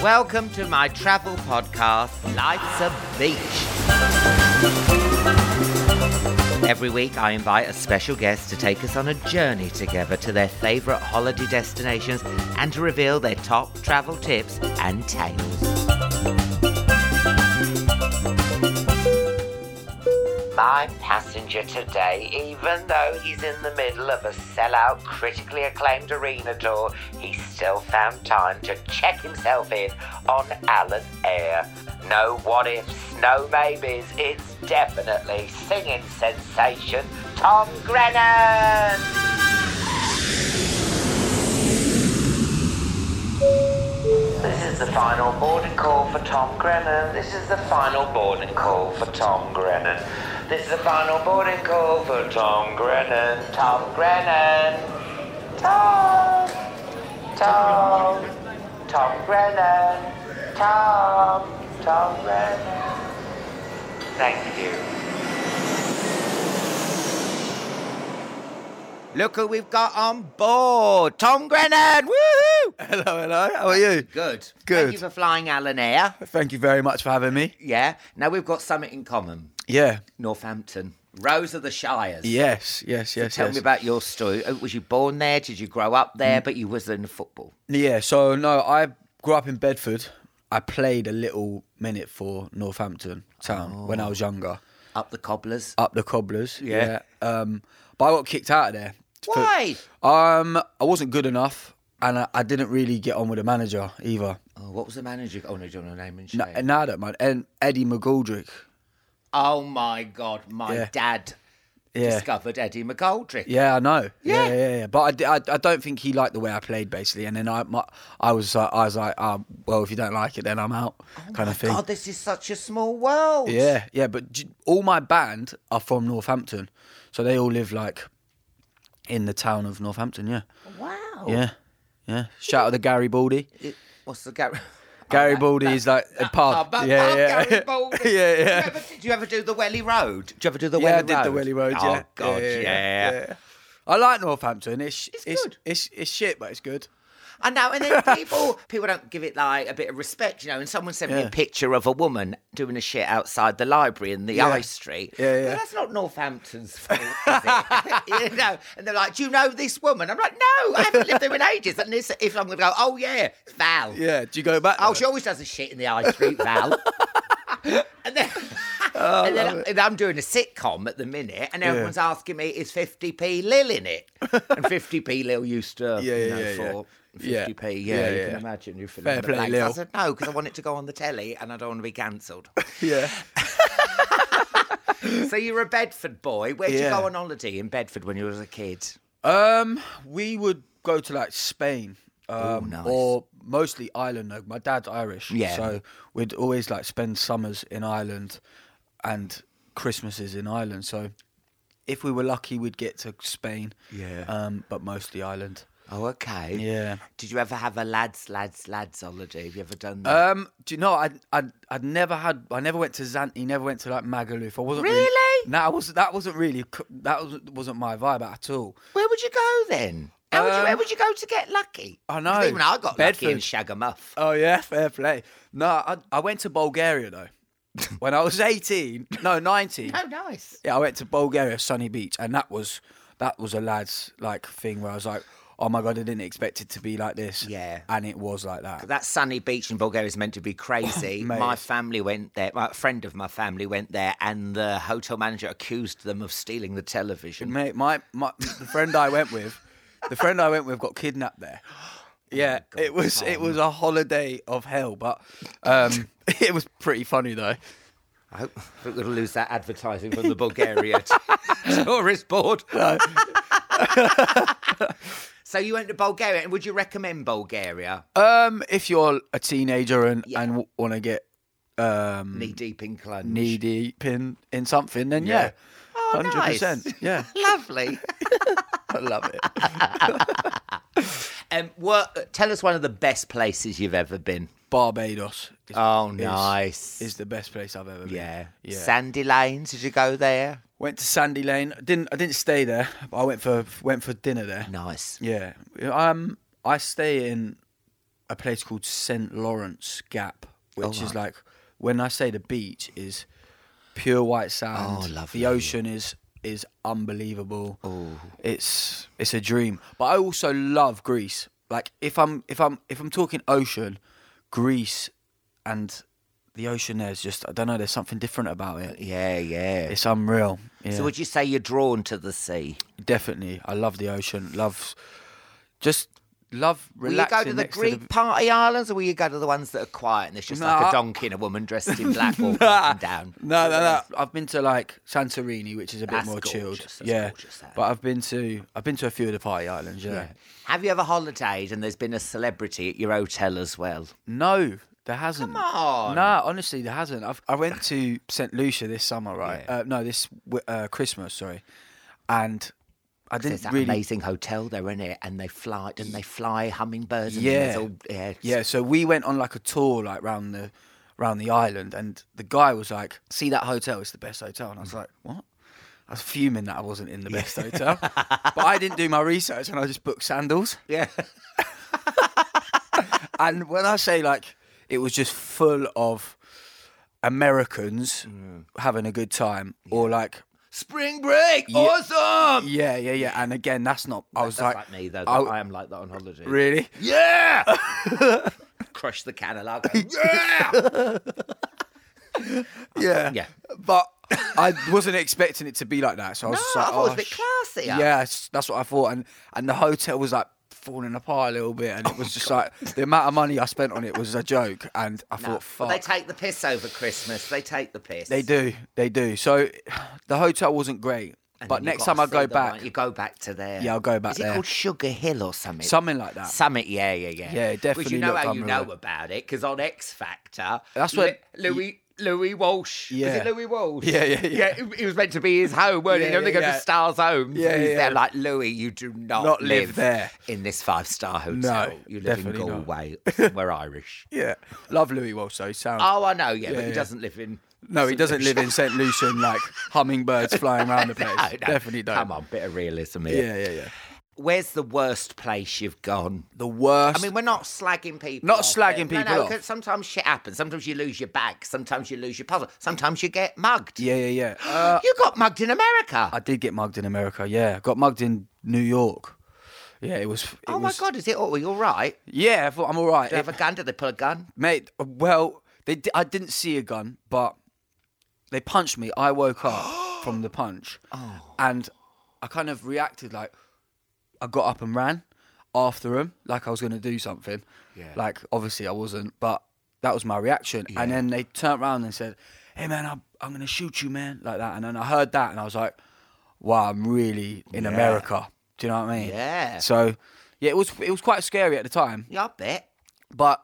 Welcome to my travel podcast, Life's a Beach. Every week, I invite a special guest to take us on a journey together to their favourite holiday destinations and to reveal their top travel tips and tales. My passenger today, even though he's in the middle of a sellout, critically acclaimed arena tour, he still found time to check himself in on Alan Air. No what ifs, no maybes, it's definitely singing sensation Tom Grennan! This is the final boarding call for Tom Grennan. This is the final boarding call for Tom Grennan. This is the final boarding call for Tom Grennan. Tom Grennan. Tom. Tom. Tom Grennan. Tom. Tom Grennan. Thank you. Look who we've got on board. Tom Grennan. Woohoo! Hello, hello. How are you? Good. Thank Good. you for flying Alan Air. Thank you very much for having me. Yeah. Now we've got something in common. Yeah. Northampton. Rose of the Shires. Yes, yes, yes. Tell yes. me about your story. Uh, Was you born there? Did you grow up there? But you was in football. Yeah, so no, I grew up in Bedford. I played a little minute for Northampton Town when I was younger. Up the cobblers. Up the cobblers. Yeah. Oh. yeah. Um but I got kicked out of there. for- Why? um I wasn't good enough and I, I didn't really get on with the manager either. Oh, what was the manager? Oh, no, don't know name and shame. No, and now I don't mind. And Eddie McGoldrick. oh, my God. My Yeah. dad Yeah. discovered Eddie McGoldrick. Yeah, I know. Yeah, Yeah. yeah, yeah. But I di- I, I don't think he liked the way I played basically. And then I, my, I was, like, I was like, oh, well, if you don't like it, then I'm out, kind of thing. Oh God, this is such a small world. Yeah, yeah. But j- all my band are from Northampton, so they all live like in the town of Northampton. Yeah, Wow. yeah, yeah. Shout out to Gary Baldy. It- what's the Gary? Gary Baldy is like a Oh, pub. but yeah, oh, yeah. Gary Baldy. Do yeah, you yeah. ever- Do you ever do the Welly Road? Do you ever do the yeah, I Welly Road? did the Welly Road. Oh yeah. God, yeah. I like Northampton. It's sh- It's it's, good. it's it's shit, but it's good. I know, and then people people don't give it like a bit of respect, you know. And someone sent me a Yeah. picture of a woman doing a shit outside the library in the High Street. Yeah, yeah. Well, that's not Northampton's fault, is it? you know. And they're like, "Do you know this woman?" I'm like, "No, I haven't lived there in ages." And this, if I'm going to go, "Oh yeah, it's Val." Yeah. Do you go back? Oh, there? she always does a shit in the High Street, Val. and then, Oh, and then and I'm doing a sitcom at the minute, and everyone's asking me, is 50p Lil in it? And 50p Lil used to, Yeah, you yeah, know, yeah, yeah. for Yeah. 50p. Yeah, Yeah, you yeah. can imagine you fill Fair in the play, blanks. I Lil. said, no, because I want it to go on the telly and I don't want to be cancelled. yeah. so you're a Bedford boy. Where'd you Yeah. go on holiday in Bedford when you was a kid? Um, we would go to like Spain, um, nice. or mostly Ireland. Though my dad's Irish, Yeah. so we'd always like spend summers in Ireland and Christmases in Ireland. So if we were lucky, we'd get to Spain. Yeah. Um, but mostly Ireland. Oh, okay. Yeah. Did you ever have a lads, lads, lads holiday? Have you ever done that? Um, do you know I I I'd never had I never went to Zante, never went to like Magaluf. I wasn't Really? no, I was that wasn't really c- that was, wasn't my vibe at all. Where would you go then? How would you, where would you go to get lucky? Um, I 'Cause know. Even I got lucky in Bedford. Shagamuff. Oh yeah, fair play. No, I, I went to Bulgaria though. when I was eighteen, no nineteen. Oh, nice. Yeah, I went to Bulgaria, Sunny Beach, and that was that was a lads like thing where I was like, oh my god, I didn't expect it to be like this. Yeah. and it was like that. That sunny beach in Bulgaria is meant to be crazy. Oh, Mate. my family went there. My a friend of my family went there, and the hotel manager accused them of stealing the television. Mate, my, my the friend I went with, the friend I went with got kidnapped there. Yeah, it was it was a holiday of hell, but um, it was pretty funny though. I hope we're going to lose that advertising from the Bulgaria t- tourist board. so you went to Bulgaria, and would you recommend Bulgaria? Um, if you're a teenager and Yeah. and want to get um, Knee deep in Clunge. knee deep in in something, then yeah, Oh, hundred nice. percent. Yeah, Lovely. I love it. um, what, tell us one of the best places you've ever been. Barbados. Is, Oh, is- nice. Is the best place I've ever been. yeah. yeah. Sandy Lanes, did you go there? Went to Sandy Lane. Didn't I didn't stay there, but I went for went for dinner there. Nice. Yeah. Um I stay in a place called St. Lawrence Gap, which Oh, is like when I say the beach is pure white sand. Oh, lovely. The ocean is is unbelievable. Oh. It's it's a dream. But I also love Greece. Like if I'm if I'm if I'm talking ocean, Greece and the ocean there's just I don't know, there's something different about it. Yeah, yeah. It's unreal. Yeah. So would you say you're drawn to the sea? Definitely, I love the ocean. Love, just love Will you relaxing. go to the next Greek party islands, or will you go to the ones that are quiet and there's just like Nah. a donkey and a woman dressed in black walking Nah. up and down? No, no, no. I've been to like Santorini, which is a bit That's more chilled. gorgeous, that's yeah, gorgeous, that. but I've been to I've been to a few of the party islands. Yeah. Have you ever holidayed and there's been a celebrity at your hotel as well? No, there hasn't. Come on. Nah, honestly, there hasn't. I've, I went to St Lucia this summer, right? Uh, no, this wi- uh, Christmas, sorry, and I There's didn't that really. amazing hotel there, isn't it? And they fly, and they fly hummingbirds. And Yeah. there's all, yeah, it's- Yeah, so we went on like a tour like round the round the island and the guy was like, See that hotel, it's the best hotel and I was like, What? I was fuming that I wasn't in the best hotel. but I didn't do my research and I just booked sandals. yeah. And when I say like it was just full of Americans Mm. having a good time or like Spring break, awesome. yeah, yeah, yeah. And again, that's not I was That's like, like, me though. I- I am like that on holiday. Really? Yeah. Crush the Cadillac. yeah. Yeah. Yeah. But I wasn't expecting it to be like that. So I was just No, like, I thought it was oh, a bit sh- classier. Yeah, s- that's what I thought. And and the hotel was like falling apart a little bit. And it Oh was just like the amount of money I spent on it was a joke. And I No, thought, but fuck. they take the piss over Christmas. They take the piss. They do. They do. So the hotel wasn't great. And but then you've next got time I to go see them, back, right? you go back to there. Yeah, I'll go back Is it there. called Sugar Hill or something? something like that. Summit, yeah, yeah, yeah. Yeah, Because it definitely you know looked how you know unreal. about it because on X Factor, That's when- Lu- Louis Louis Walsh. Yeah. Is it Louis Walsh? Yeah, yeah, yeah. it- it was meant to be his home, weren't Yeah, it? You know, they yeah, go yeah. to Stars Home. Yeah, he's yeah. there like Louis. You do not, Not live there. in this five star hotel. No, you live in definitely not. Galway. We're Irish. yeah. Love Louis Walsh, so he sounds. Oh, I know. Yeah, but he yeah. doesn't live in. no, he doesn't live in St. Lucia and like hummingbirds flying around the place. No, no. Definitely don't. Come on, bit of realism here. Yeah, yeah, yeah. Where's the worst place you've gone? The worst. I mean, we're not slagging people. Not off, slagging but- no, people no, off. 'cause Sometimes shit happens. Sometimes you lose your bag. Sometimes you lose your puzzle. Sometimes you get mugged. yeah, yeah, yeah. Uh, You got mugged in America. I did get mugged in America. Yeah, I got mugged in New York. Yeah, it was. It oh was- my god, is it all? Are you all right? Do Yeah, I thought I'm all right, they have a gun? Did they pull a gun? mate. Well, they di- I didn't see a gun, but they punched me. I woke up from the punch, and I kind of reacted like I got up and ran after him, like I was going to do something. Yeah. Like obviously I wasn't, but that was my reaction. And then they turned around and said, "Hey man, I'm, I'm going to shoot you, man," like that. And then I heard that, and I was like, "Wow, I'm really in America." Do you know what I mean? Yeah. So, yeah, it was it was quite scary at the time. Yeah, I bet. But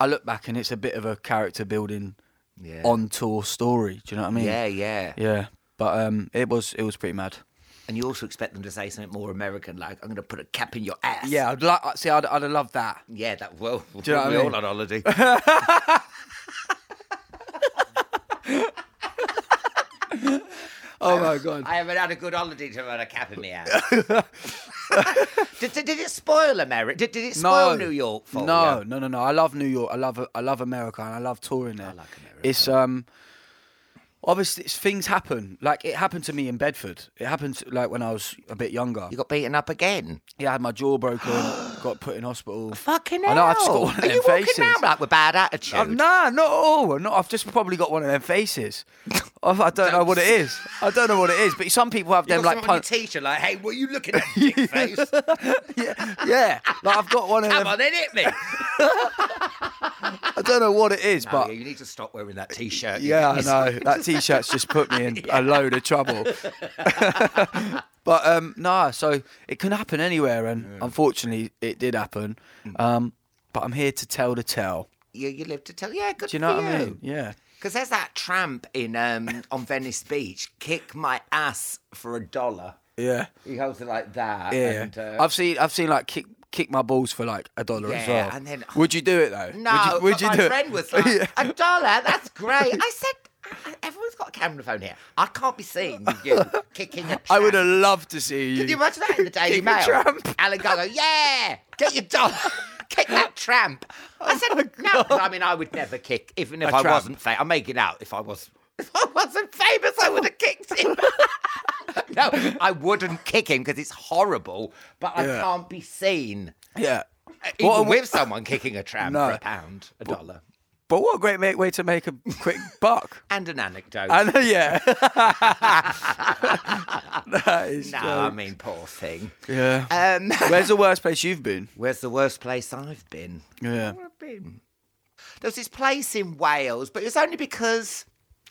I look back and it's a bit of a character building Yeah. on tour story. Do you know what I mean? Yeah, yeah. Yeah. But um, it was it was pretty mad. And you also expect them to say something more American, like "I'm going to put a cap in your ass." Yeah, I'd like see. I'd, I'd have loved that. yeah. That well, you know what I we mean? all on holiday. Oh my god. I haven't had a good holiday to run a cap in my ass. did, did, did it spoil America? Did, did it spoil New York for No, you? no, no, no. I love New York. I love I love America and I love touring there. I like America. It's um obviously it's, things happen. Like it happened to me in Bedford. It happened like when I was a bit younger. You got beaten up again. Yeah, I had my jaw broken, got put in hospital. Fucking hell. I know, I've just got one of Are them you walking faces. around like with bad attitude? Uh, nah, not at all. No, I've just probably got one of them faces. I, I don't know what it is. I don't know what it is. But some people have You them got like someone on pun- your t-shirt like, hey, what are you looking at, dickface? yeah, yeah. Like I've got one of Come them. on, then hit me. I don't know what it is, Oh, but yeah, you need to stop wearing that t-shirt. Yeah, I know. That t-shirt's just put me in a load of trouble. but um nah, so it can happen anywhere and unfortunately it did happen. Um but I'm here to tell the tale. You, you live to tell. Yeah, good Do you know for what I mean? Yeah. Because there's that tramp in um, on Venice Beach, kick my ass for a dollar. Yeah. He holds it like that. Yeah. And, uh, I've seen I've seen like kick kick my balls for like a dollar as Yeah, well. and then- would you do it though? no, but would you, would you my do it? friend was like, Yeah. a dollar? That's great. I said, "I- everyone's got a camera phone here. I can't be seen with you kicking a I would have tramp." loved to see you. Can you imagine that in the Daily Kick a Mail? tramp. Alan Guy go, yeah, get your dollar. Kick that tramp. I said, no. 'cause I mean, I would never kick, even if Oh, A I tramp. wasn't famous. I'm making out if I was. If I wasn't famous, I would have kicked him. no, I wouldn't kick him because it's horrible, but I Yeah. can't be seen. yeah. uh, Even What a- with someone kicking a tramp No. for a pound, a dollar. But what a great ma- way to make a quick buck. And an anecdote. I know, yeah. that is no, I jokes. mean, poor thing. Yeah. Um, Where's the worst place you've been? where's the worst place I've been? Yeah. would have been? There was this place in Wales, but it was only because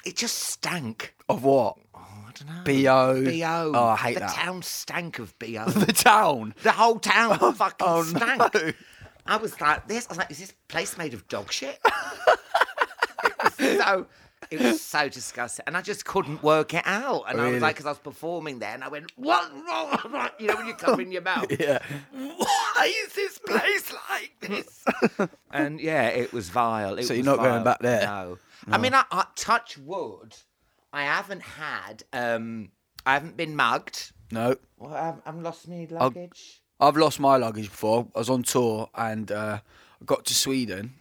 it just stank. Of what? Oh, I don't know. B.O.. B.O. Oh, I hate the that. town stank of B.O. The town. the whole town fucking oh, stank. no. I was like, this. I was like, is this place made of dog shit? it was so. It was so disgusting, and I just couldn't work it out. And I Really? was like, because I was performing there, and I went, "What? what?" You know, when you come in your mouth, Yeah. why is this place like this? and yeah, it was vile. It So you're was not going vile. back there? No. I mean, I, I touch wood. I haven't had. um I haven't been mugged. No. Well, I've, I've lost my luggage. I've lost my luggage before. I was on tour and uh, got to Sweden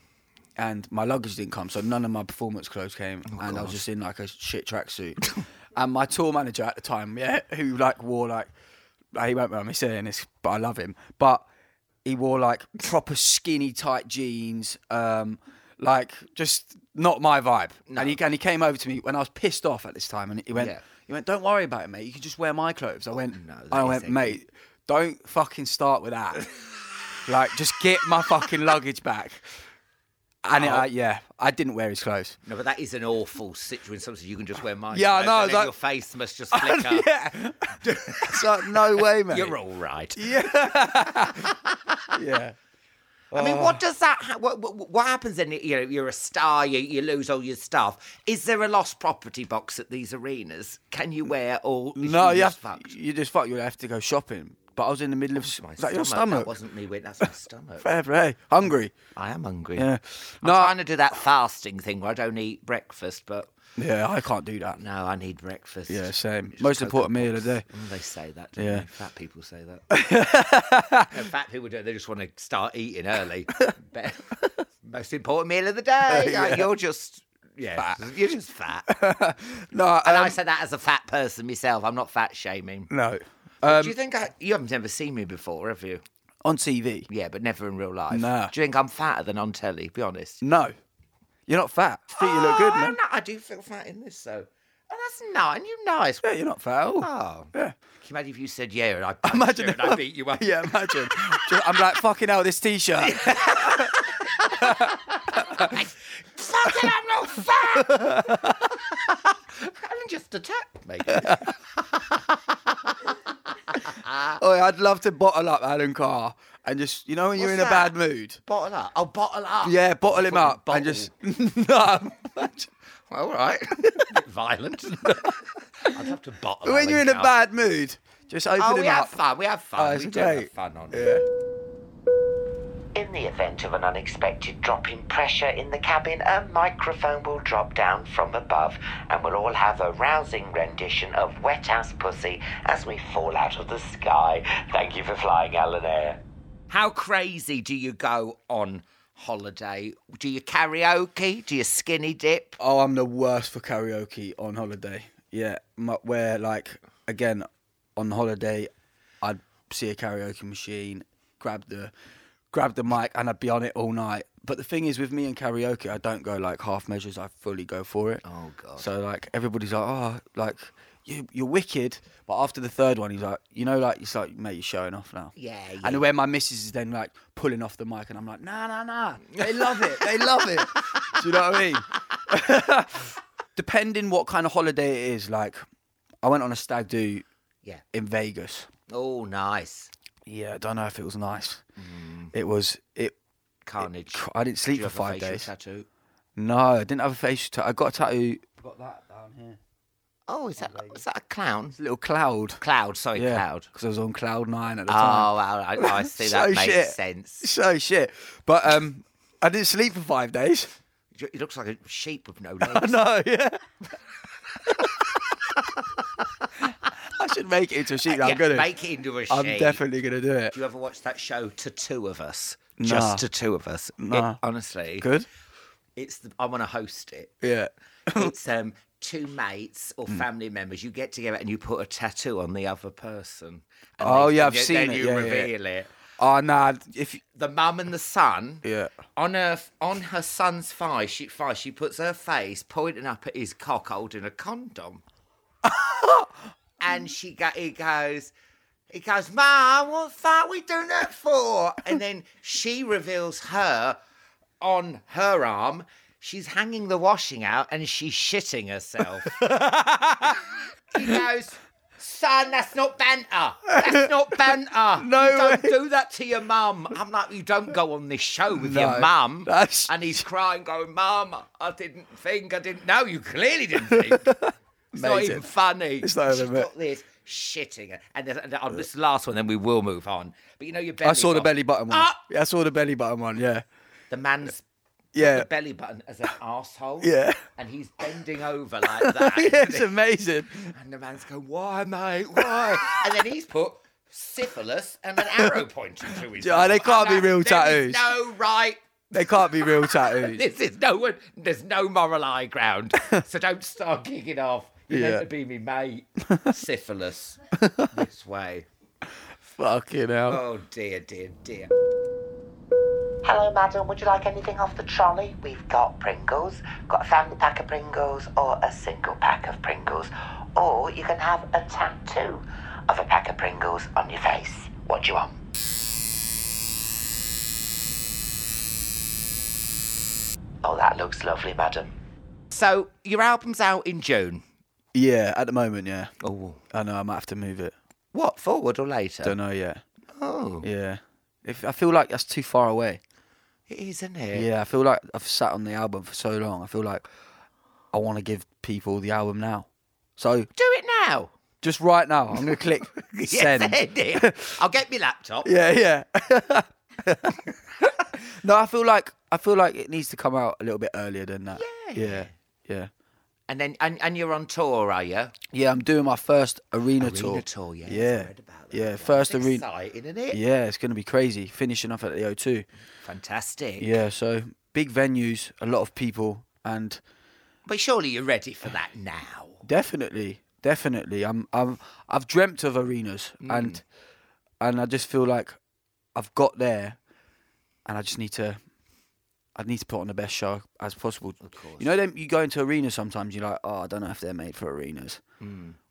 and my luggage didn't come, so none of my performance clothes came, and I was just in like a shit tracksuit. and my tour manager at the time, yeah, who like wore like he won't mind me saying this, but I love him. But he wore like proper skinny tight jeans, um, like just not my vibe. And he and he came over to me when I was pissed off at this time, and he went, Yeah. he went, don't worry about it, mate. You can just wear my clothes. I went, no, that I is went, hectic. mate, don't fucking start with that. like, just get my fucking luggage back. And Oh. it, uh, yeah, I didn't wear his clothes. No, but that is an awful situation. Sometimes you can just wear mine. Yeah, I clothes know, and then like- your face must just flicker. yeah, it's like no way, mate. You're all right. Yeah, I mean, Oh. what does that? Ha- what, what, what happens then? You know, you're a star. You, you lose all your stuff. Is there a lost property box at these arenas? Can you wear all? is no, you you just have, fucked? you just fuck. You have to go shopping. But I was in the middle of My like your That stomach. wasn't me. Wait, that's my stomach. Fair play. Hungry. I am hungry. Yeah. I'm No, I- trying to do that fasting thing where I don't eat breakfast, but Yeah, I can't do that. no, I need breakfast. Yeah, same. Just Most Cocoa important meal of Pops. the day. Mm, They say that. Don't Yeah. they? Fat people say that. no, fat people do. They just want to start eating early. But- Most important meal of the day. Like, You're just. Yeah, you're just fat. No, And um, I say that as a fat person myself. I'm not fat shaming. no. Um, Do you think I? You haven't never seen me before, have you? On TV, Yeah, but never in real life. No. Do you think I'm fatter than on telly? Be honest. no. You're not fat. Feet, you look Oh, good, I man. know- I do feel fat in this though. Oh, that's nice. You nice. Yeah, you're not fat at all. Oh. Yeah. Can you imagine if you said yeah and I punched Imagine you if and I beat you up? Yeah, imagine. Just- I'm like, fucking hell, this t-shirt. Fucking, I'm not fat. Alan just attacked me. Oh, I'd love to bottle up Alan Carr and just, you know, when you're What's in a that? bad mood. Bottle up. I'll bottle up. Yeah, bottle him Fucking up and just. no. imagine- All right. Violent. I'd have to bottle. when you're in Alan Carr. a bad mood, just open Oh, him we have up. fun. We have Oh, fun. it's we do have great. fun on Yeah. it. In the event of an unexpected drop in pressure in the cabin, a microphone will drop down from above and we'll all have a rousing rendition of Wet Ass Pussy as we fall out of the sky. Thank you for flying, Alan Air. How crazy do you go on holiday? Do you karaoke? Do you skinny dip? Oh, I'm the worst for karaoke on holiday. Yeah, my, where like again on holiday, I'd see a karaoke machine, grab the grab the mic, and I'd be on it all night. But the thing is, with me and karaoke, I don't go like half measures. I fully go for it. Oh god! So like everybody's like, oh, like you you're wicked. But after the third one, he's like, you know, like it's like, mate, you're showing off now. Yeah, yeah. And where my missus is then like pulling off the mic, and I'm like, nah, nah, nah. They love it. They love it. Do you know what I mean? depending what kind of holiday it is, like I went on a stag do Yeah. in Vegas. Oh, nice. Yeah, I don't know if it was nice. It was it. Carnage. I didn't Do sleep Mm. you for have a five facial days. Tattoo? No, I didn't have a facial tattoo. I got a tattoo. Oh, is that is that a clown? Little cloud. Cloud, sorry, cloud. Because I was on cloud nine at the Oh, time. well, I, I see So that makes shit. sense. So shit. But um, I didn't sleep for five days. It looks like a sheep with no legs. No, yeah. I should make it into a sheep. now, Yeah, I'm gonna. make it into a sheep. I'm definitely gonna do it. Do you ever watch that show To Two of Us? Nah. Just to two of us. It- Nah. honestly, Good. it's the, I want to host it. Yeah. It's um two mates or Hmm. family members. You get together and you put a tattoo on the other person. And Oh, yeah, then I've you- seen then it. you Yeah, yeah, yeah. reveal it. Oh nah. If The mum and the son. yeah. on her on her son's thigh, she thigh, she puts her face pointing up at his cock holding a condom. Mm. and she go, he goes, he goes, Mum, what the fuck we doing that for? And then she reveals her on her arm. She's hanging the washing out and she's shitting herself. he goes, Son, that's not banter. That's not banter. No you don't way. do that to your mum. I'm like, you don't go on this show with No, your mum. that's- And he's crying, going, Mum, I didn't think, I didn't know. You clearly didn't think. It's not Amazing. even funny. It's not She's even- got this shitting. And, there's- and on this last one, then we will move on. But you know, your belly I saw the belly button one. Ah! Yeah, I saw the belly button one. Yeah. The man's Yeah. the belly button as an asshole. Yeah. And he's bending over like that. yeah, it's amazing. And the man's going, Why, mate? Why? and then he's put syphilis and an arrow pointing to his. Yeah, they arm. can't I'm be real like, "There is tattoos." No right. They can't be real tattoos. This is no one. There's no moral high ground. so don't start kicking off. You're Yeah. meant to be me, mate. syphilis. this way. Fucking hell. Oh dear, dear, dear. Hello, madam. Would you like anything off the trolley? We've got Pringles. Got a family pack of Pringles or a single pack of Pringles. Or you can have a tattoo of a pack of Pringles on your face. What do you want? Oh, that looks lovely, madam. So your album's out in June. Yeah, at the moment, yeah. Oh, I know I might have to move it. what? Forward or later? Don't know yet. Oh, Yeah. If I feel like that's too far away. it is, isn't it? Yeah, I feel like I've sat on the album for so long. I feel like I want to give people the album now. So Do it now. just right now, I'm gonna click send. Send it. I'll get my laptop. Yeah, yeah. no, I feel like I feel like it needs to come out a little bit earlier than that. Yeah. Yeah. Yeah. And then and, and you're on tour, are you? Yeah, I'm doing my first arena, Arena tour. tour, yes, I yeah, read about that, yeah, yeah. first It's arena. exciting, isn't it? Yeah, it's going to be crazy. Finishing off at the O2. Fantastic. Yeah, so big venues, a lot of people, and But surely you're ready for that now. Oh definitely, definitely, I'm, I'm, I've dreamt of arenas, and and I just feel like I've got there, and I just need to. I need to put on the best show as possible. Of course. You know, them you go into arenas sometimes. You're like, oh, I don't know if they're made for arenas.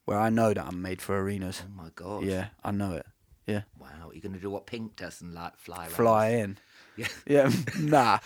Where I know that I'm made for arenas. Oh my god. yeah, I know it. Yeah. Wow. You're gonna do what Pink does and like fly around. fly in. Yeah. Nah.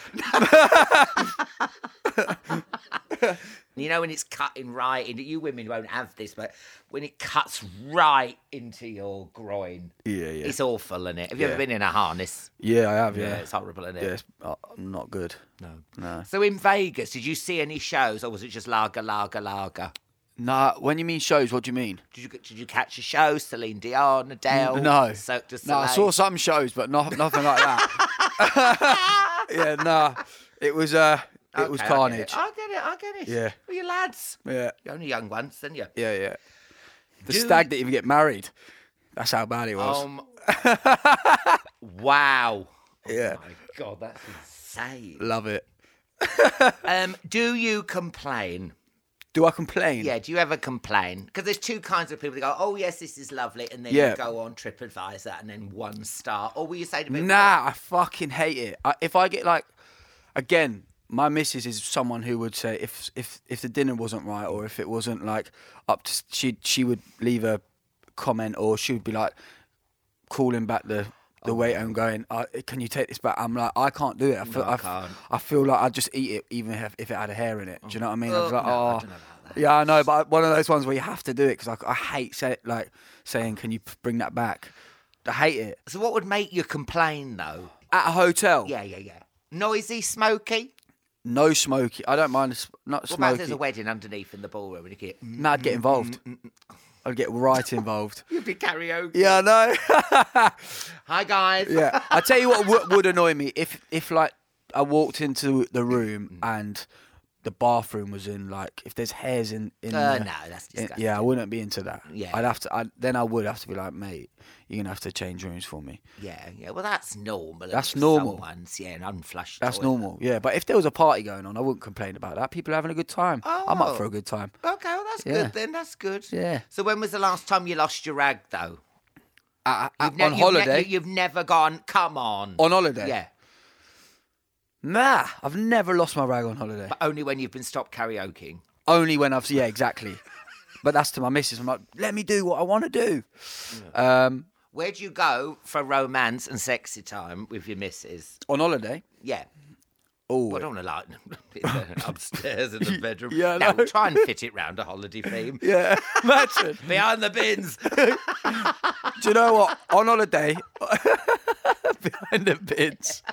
You know when it's cutting right into you women won't have this, but when it cuts right into your groin. Yeah, yeah. It's awful, isn't it? Have you ever Yeah. been in a harness? Yeah, I have. Yeah. it's horrible, isn't it? Yeah, it's uh, not good. No. No. So in Vegas, did you see any shows or was it just lager, lager, lager? Nah. When you mean shows, what do you mean? Did you did you catch a show? Celine Dion, Adele? no. Cirque du No, Soleil. I saw some shows, but not nothing like that. yeah. Nah. It was. Uh. It was Okay, I get carnage. it. I get it. I get it. Yeah. Well, you lads. Yeah. You're only young ones, aren't you? Yeah. Yeah. The Do- stag that even get married. That's how bad it was. Um, wow. Yeah. My God, that's insane. Love it. Um, do you complain? Do I complain? Yeah, do you ever complain? Because there's two kinds of people that go, oh, yes, this is lovely, and then Yeah. you go on TripAdvisor and then one star. Or will you say to people, Nah, I fucking hate it. I, if I get like, again, my missus is someone who would say if if if the dinner wasn't right or if it wasn't like up to she she would leave a comment or she would be like calling back the the waiter and going, uh, "Can you take this back?" I'm like, I can't do it. I feel I, f- I feel like I'd just eat it even if, if it had a hair in it. Do you know what I mean? I was like, oh. Yeah, I know, but one of those ones where you have to do it because I, I hate say, like saying, "Can you p- bring that back?" I hate it. So what would make you complain though? At a hotel, Yeah, yeah, yeah. Noisy, smoky. no smoky. I don't mind a s- not What smoky. about if there's a mm, wedding underneath in the ballroom and you get "Mm, No, I'd get involved. I'd get right involved. you'd be karaoke. yeah, I know. Hi guys. yeah, I tell you what would, would annoy me if if like I walked into the Mm. room and the bathroom was in like if there's hairs in in. Uh, the- no, that's in- disgusting. yeah, I wouldn't be into that. Yeah. I'd have to. I, then I would have to be like, mate, you're gonna have to change rooms for me. yeah, yeah. Well, that's normal. That's if normal. Someone's yeah, an unflushed. That's toilet. normal. Yeah, but if there was a party going on, I wouldn't complain about that. People are having a good time. I'm Oh. up for a good time. Okay, well that's Yeah. good then. That's good. Yeah. So when was the last time you lost your rag though? Uh, uh, You've ne- on you've ne- holiday. you've never gone. Come on. on holiday. Yeah, Nah, I've never lost my rag on holiday. but only when you've been stopped karaokeing. Only when I've yeah, exactly. but that's to my missus. I'm like, let me do what I want to do. Um, Where'd you go for romance and sexy time with your missus? on holiday. Yeah. Oh, Well, I don't want to like upstairs in the bedroom. yeah, I no, know. try and fit it round a holiday theme. yeah. Imagine. Behind the bins. do you know what? On holiday, behind the bins.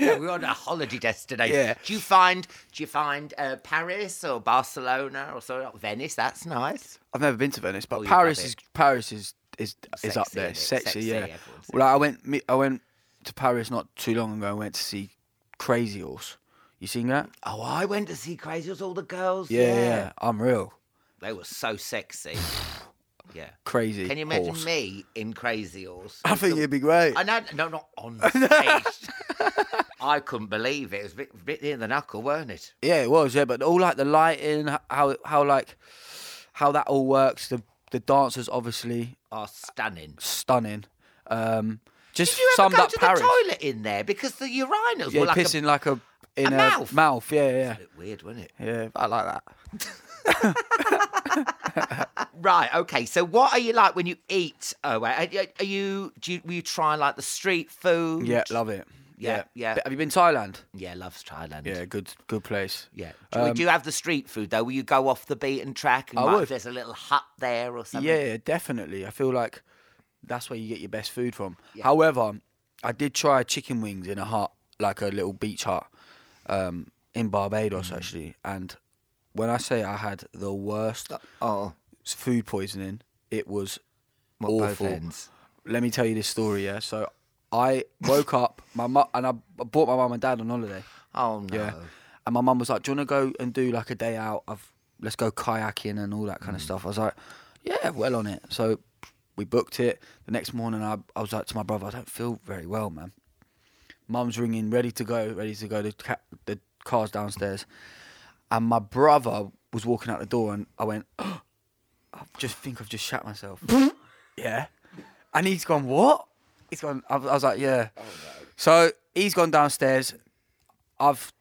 Yeah, we're on a holiday destination. Yeah. Do you find do you find uh, Paris or Barcelona or sort of Venice? That's nice. I've never been to Venice, Oh, but you'd love Paris it. is Paris is is is up Sexy, there. innit? Sexy, Sexy, yeah. everyone's Well, I went me- I went to Paris not too long ago. I went to see Crazy Horse. You seen that? Oh, I went to see Crazy with all the girls. Yeah, yeah. yeah. I'm real They were so sexy. yeah. crazy. Can you imagine horse. me in Crazy Horse? I think you'd be great. I know, no, not on stage. I couldn't believe it. It was a bit, bit near the knuckle, weren't it? Yeah, it was. Yeah, but all like the lighting, h- how how like how that all works. The the dancers obviously Oh, stunning. stunning. Um, just Did you ever summed go up to Paris. the toilet in there? Because the urinals yeah, were like pissing like a in a a, mouth. Yeah, yeah, a bit weird, wasn't it? yeah. I like that. Right. Okay. So, what are you like when you eat? Oh, wait, are, are you? Do you? Will you try like the street food? Yeah, love it. Yeah, yeah. But Have you been to Thailand? Yeah, loves Thailand. Yeah, good good place. Yeah. Do, we do have the street food though? Will you go off the beaten track? And I might- would. There's a little hut there or something. Yeah, definitely. I feel like that's where you get your best food from. However, I did try chicken wings in a hut, like a little beach hut, um, in Mm. Barbados actually. And when I say I had the worst Oh, s- food poisoning, it was what both awful. ends. Let me tell you this story. Yeah, so I woke up, my mum and I I bought my mum and dad on holiday. Oh no. Yeah. Uh, And my mum was like, "Do you want to go and do like a day out of let's go kayaking and all that kind of stuff?" I was like, "Yeah, well on it." So we booked it. The next morning, I, I was like to my brother, "I don't feel very well, man." Mum's ringing, ready to go, ready to go. The ca- the car's downstairs, and my brother was walking out the door, and I went, "Oh, "I just think I've just shat myself." yeah, and he's gone, "What?" He's gone. I, was- I was like, "Yeah." So he's gone downstairs. I've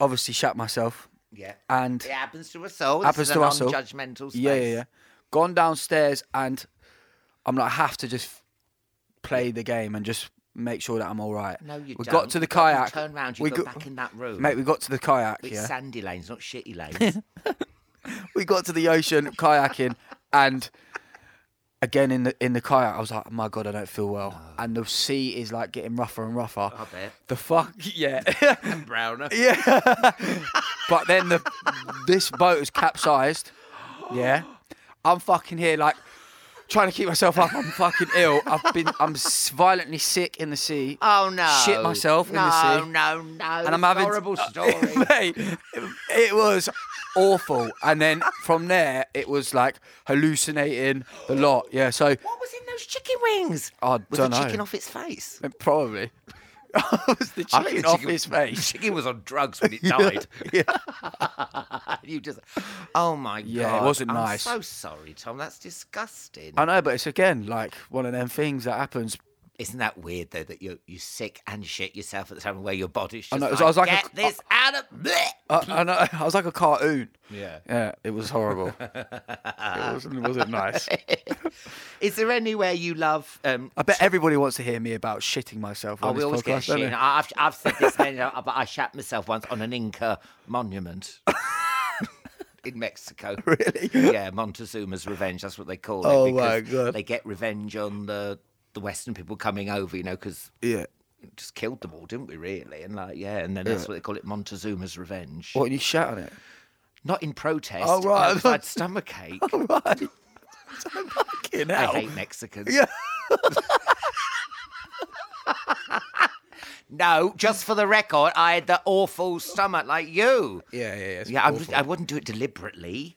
obviously shat myself. Yeah. And It happens to us all. This happens is a to us all. Non-judgmental. Space. yeah, yeah, yeah. Gone downstairs and I'm like, I have to just play the game and just make sure that I'm all right. No, you We don't. got to the You got- you kayak. turn round, you we go back in that room. Mate, we got to the kayak. It's yeah. sandy lanes, not shitty lanes. we got to the ocean kayaking and again in the in the kayak I was like, my god, I don't feel well. And the sea is like getting rougher and rougher. I bet. The fuck yeah. Browner. But then the this boat is capsized. Yeah. I'm fucking here like trying to keep myself up. I'm fucking ill. I've been I'm s- violently sick in the sea. Oh no. Shit myself in no, the sea. No, no, And I'm having horrible story. Mate, it was awful. And then from there it was like hallucinating the lot. Yeah, so What was in those chicken wings? I was dunno. the chicken off its face? uh, Probably. was the I bet chicken the off his face. Chicken was on drugs when it died. you just, oh my god! Yeah, it wasn't I'm nice. So sorry, Tom. That's disgusting. I know, but it's again like one of them things that happens. Isn't that weird though that you're you sick and shit yourself at the time where your body's just I know, like, so I was like get a- this out of bleh. I, I know. I was like a cartoon. Yeah. Yeah, it was horrible. it wasn't, it wasn't nice. Is there anywhere you love? Um, I bet everybody wants to hear me about shitting myself. oh, on we this always get podcast, don't shit. they? I- I've, I've said this many times, but I shat myself once on an Inca monument in Mexico. Really? Yeah, Montezuma's revenge. That's what they call it. Oh, because my God. They get revenge on the the Western people coming over, you know, because Yeah. just killed them all, didn't we? Really? And like, yeah, and then that's what they call it, Montezuma's revenge. What, and you shat on it? Not in protest. Oh, right. no, Oh, 'cause I had stomachache. Right. Fucking I hell. hate Mexicans. Yeah. no, just for the record, I had the awful stomach like you. Yeah, yeah, yeah. it's Yeah, I, awful. would, I wouldn't do it deliberately.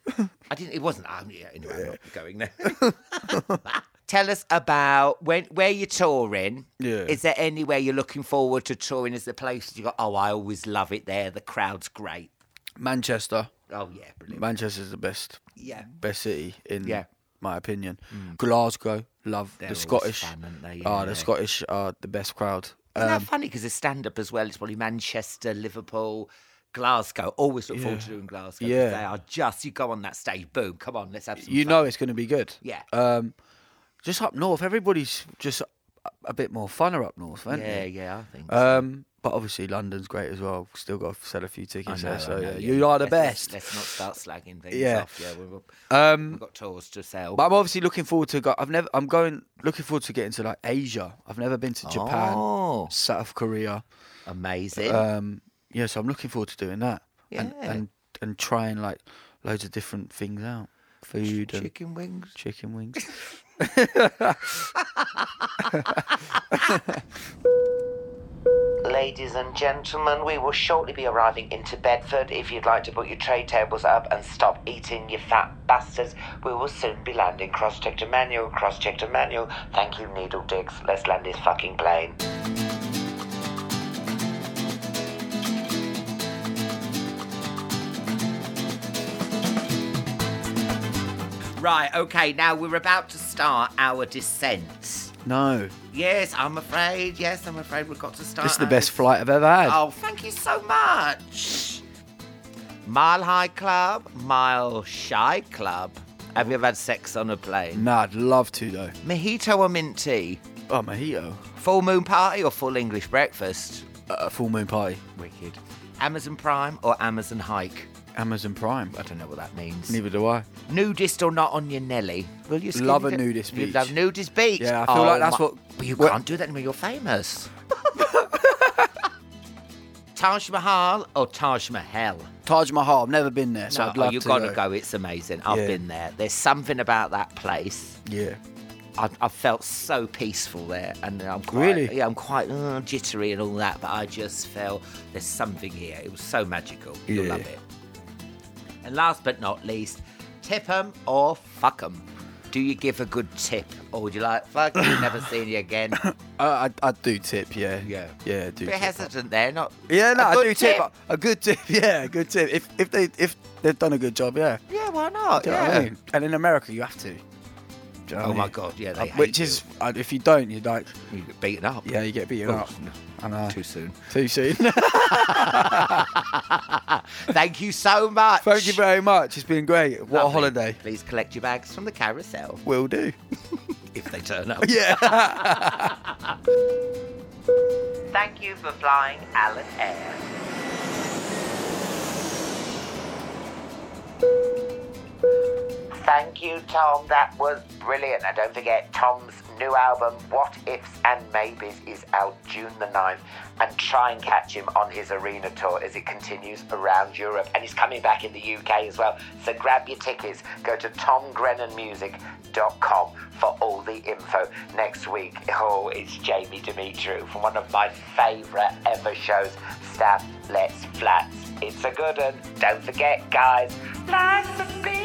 I didn't. It wasn't. Um, yeah, anyway, I'm not going there. Tell us about when where you're touring. Yeah. Is there anywhere you're looking forward to touring? Is there places you go? Oh, I always love it there. The crowd's great. Manchester. Oh yeah, brilliant. Manchester's the best, Yeah. best city in Yeah. Mm. my opinion. Glasgow, love They're the always Scottish. fun, aren't they? Ah, Yeah. the Scottish are the best crowd. Isn't that funny? Because it's stand up as well. It's probably Manchester, Liverpool, Glasgow. Always look forward to doing Glasgow. 'cause Yeah. They are just, you go on that stage, boom, come on, let's have some you fun. know it's going to be good. Yeah. Um, just up north, everybody's just a- a bit more funner up north, aren't yeah, they? yeah, I think. so. Um, but obviously London's great as well. Still got to sell a few tickets No, there, so I know, yeah, you are the Let's- best. Let's, let's not start slagging things Yeah. off. Yeah, we've, Um, we've got tours to sell. But I'm obviously looking forward to go. I've never. I'm going. Looking forward to getting to like Asia. I've never been to Japan, Oh. South Korea. Amazing. Um, yeah, so I'm looking forward to doing that. And, Yeah. and and trying like loads of different things out, food and Chicken wings. chicken wings. Ladies and gentlemen, we will shortly be arriving into Bedford. If you'd like to put your tray tables up and stop eating, you fat bastards, we will soon be landing. Cross check to manual, cross check to manual. Thank you, needle dicks. Let's land this fucking plane. Right, okay, now we're about to start our descent. no, Yes, I'm afraid. Yes, I'm afraid we've got to start. this is the our best flight I've ever had. Oh, thank you so much. Mile High Club, Mile Shy Club. Have you ever had sex on a plane? Nah, I'd love to though. Mojito or mint tea? Oh, mojito, Full moon party or full English breakfast? a full moon party, Wicked. Amazon Prime or Amazon Hike? Amazon Prime. I don't know what that means. Neither do I. Nudist or not on your Nelly? Will you skin Love it? a nudist You beach. love nudist beach. Yeah, I feel Oh like that's my- what- But you what- can't do that anymore. You're famous. Taj Mahal or Taj Mahal? Taj Mahal. I've never been there, so No, I'd love you to gotta go. It's amazing. I've Yeah. been there. There's something about that place. Yeah. I, I felt so peaceful there, and I'm quite, Really? yeah, I'm quite uh, jittery and all that, but I just felt there's something here. It was so magical. You'll Yeah. love it. And last but not least, tip 'em or fuck 'em. Do you give a good tip, or would you like fuck you, never seen you again? I, I I do tip, yeah. Yeah. Yeah, I do. Bit tip. hesitant there, not Yeah, no, a I good do tip. A good tip, yeah, a good tip. If if they if they've done a good job, yeah. Yeah, why not? Do you know what I mean? And in America, you have to. Do you know Oh what I my mean? god, yeah, Uh, they hate Which is uh, if you don't, you like you. you get beaten up. yeah, you get uh, beaten Oh, up. no. I know. too soon. Too soon. Thank you so much. Thank you very much. It's been great. What a Lovely. holiday. Please collect your bags from the carousel Will do. if they turn up. Yeah. Thank you for flying Alan Air. Thank you, Tom. That was brilliant. And don't forget, Tom's new album, What Ifs and Maybes, is out June the 9th. And try and catch him on his arena tour as it continues around Europe. And he's coming back in the UK as well. So grab your tickets. Go to tomgrennanmusic.com for all the info. Next week, oh, it's Jamie Dimitri from one of my favourite ever shows, Staff Let's Flats. It's a good one. Don't forget, guys, life's a bitch.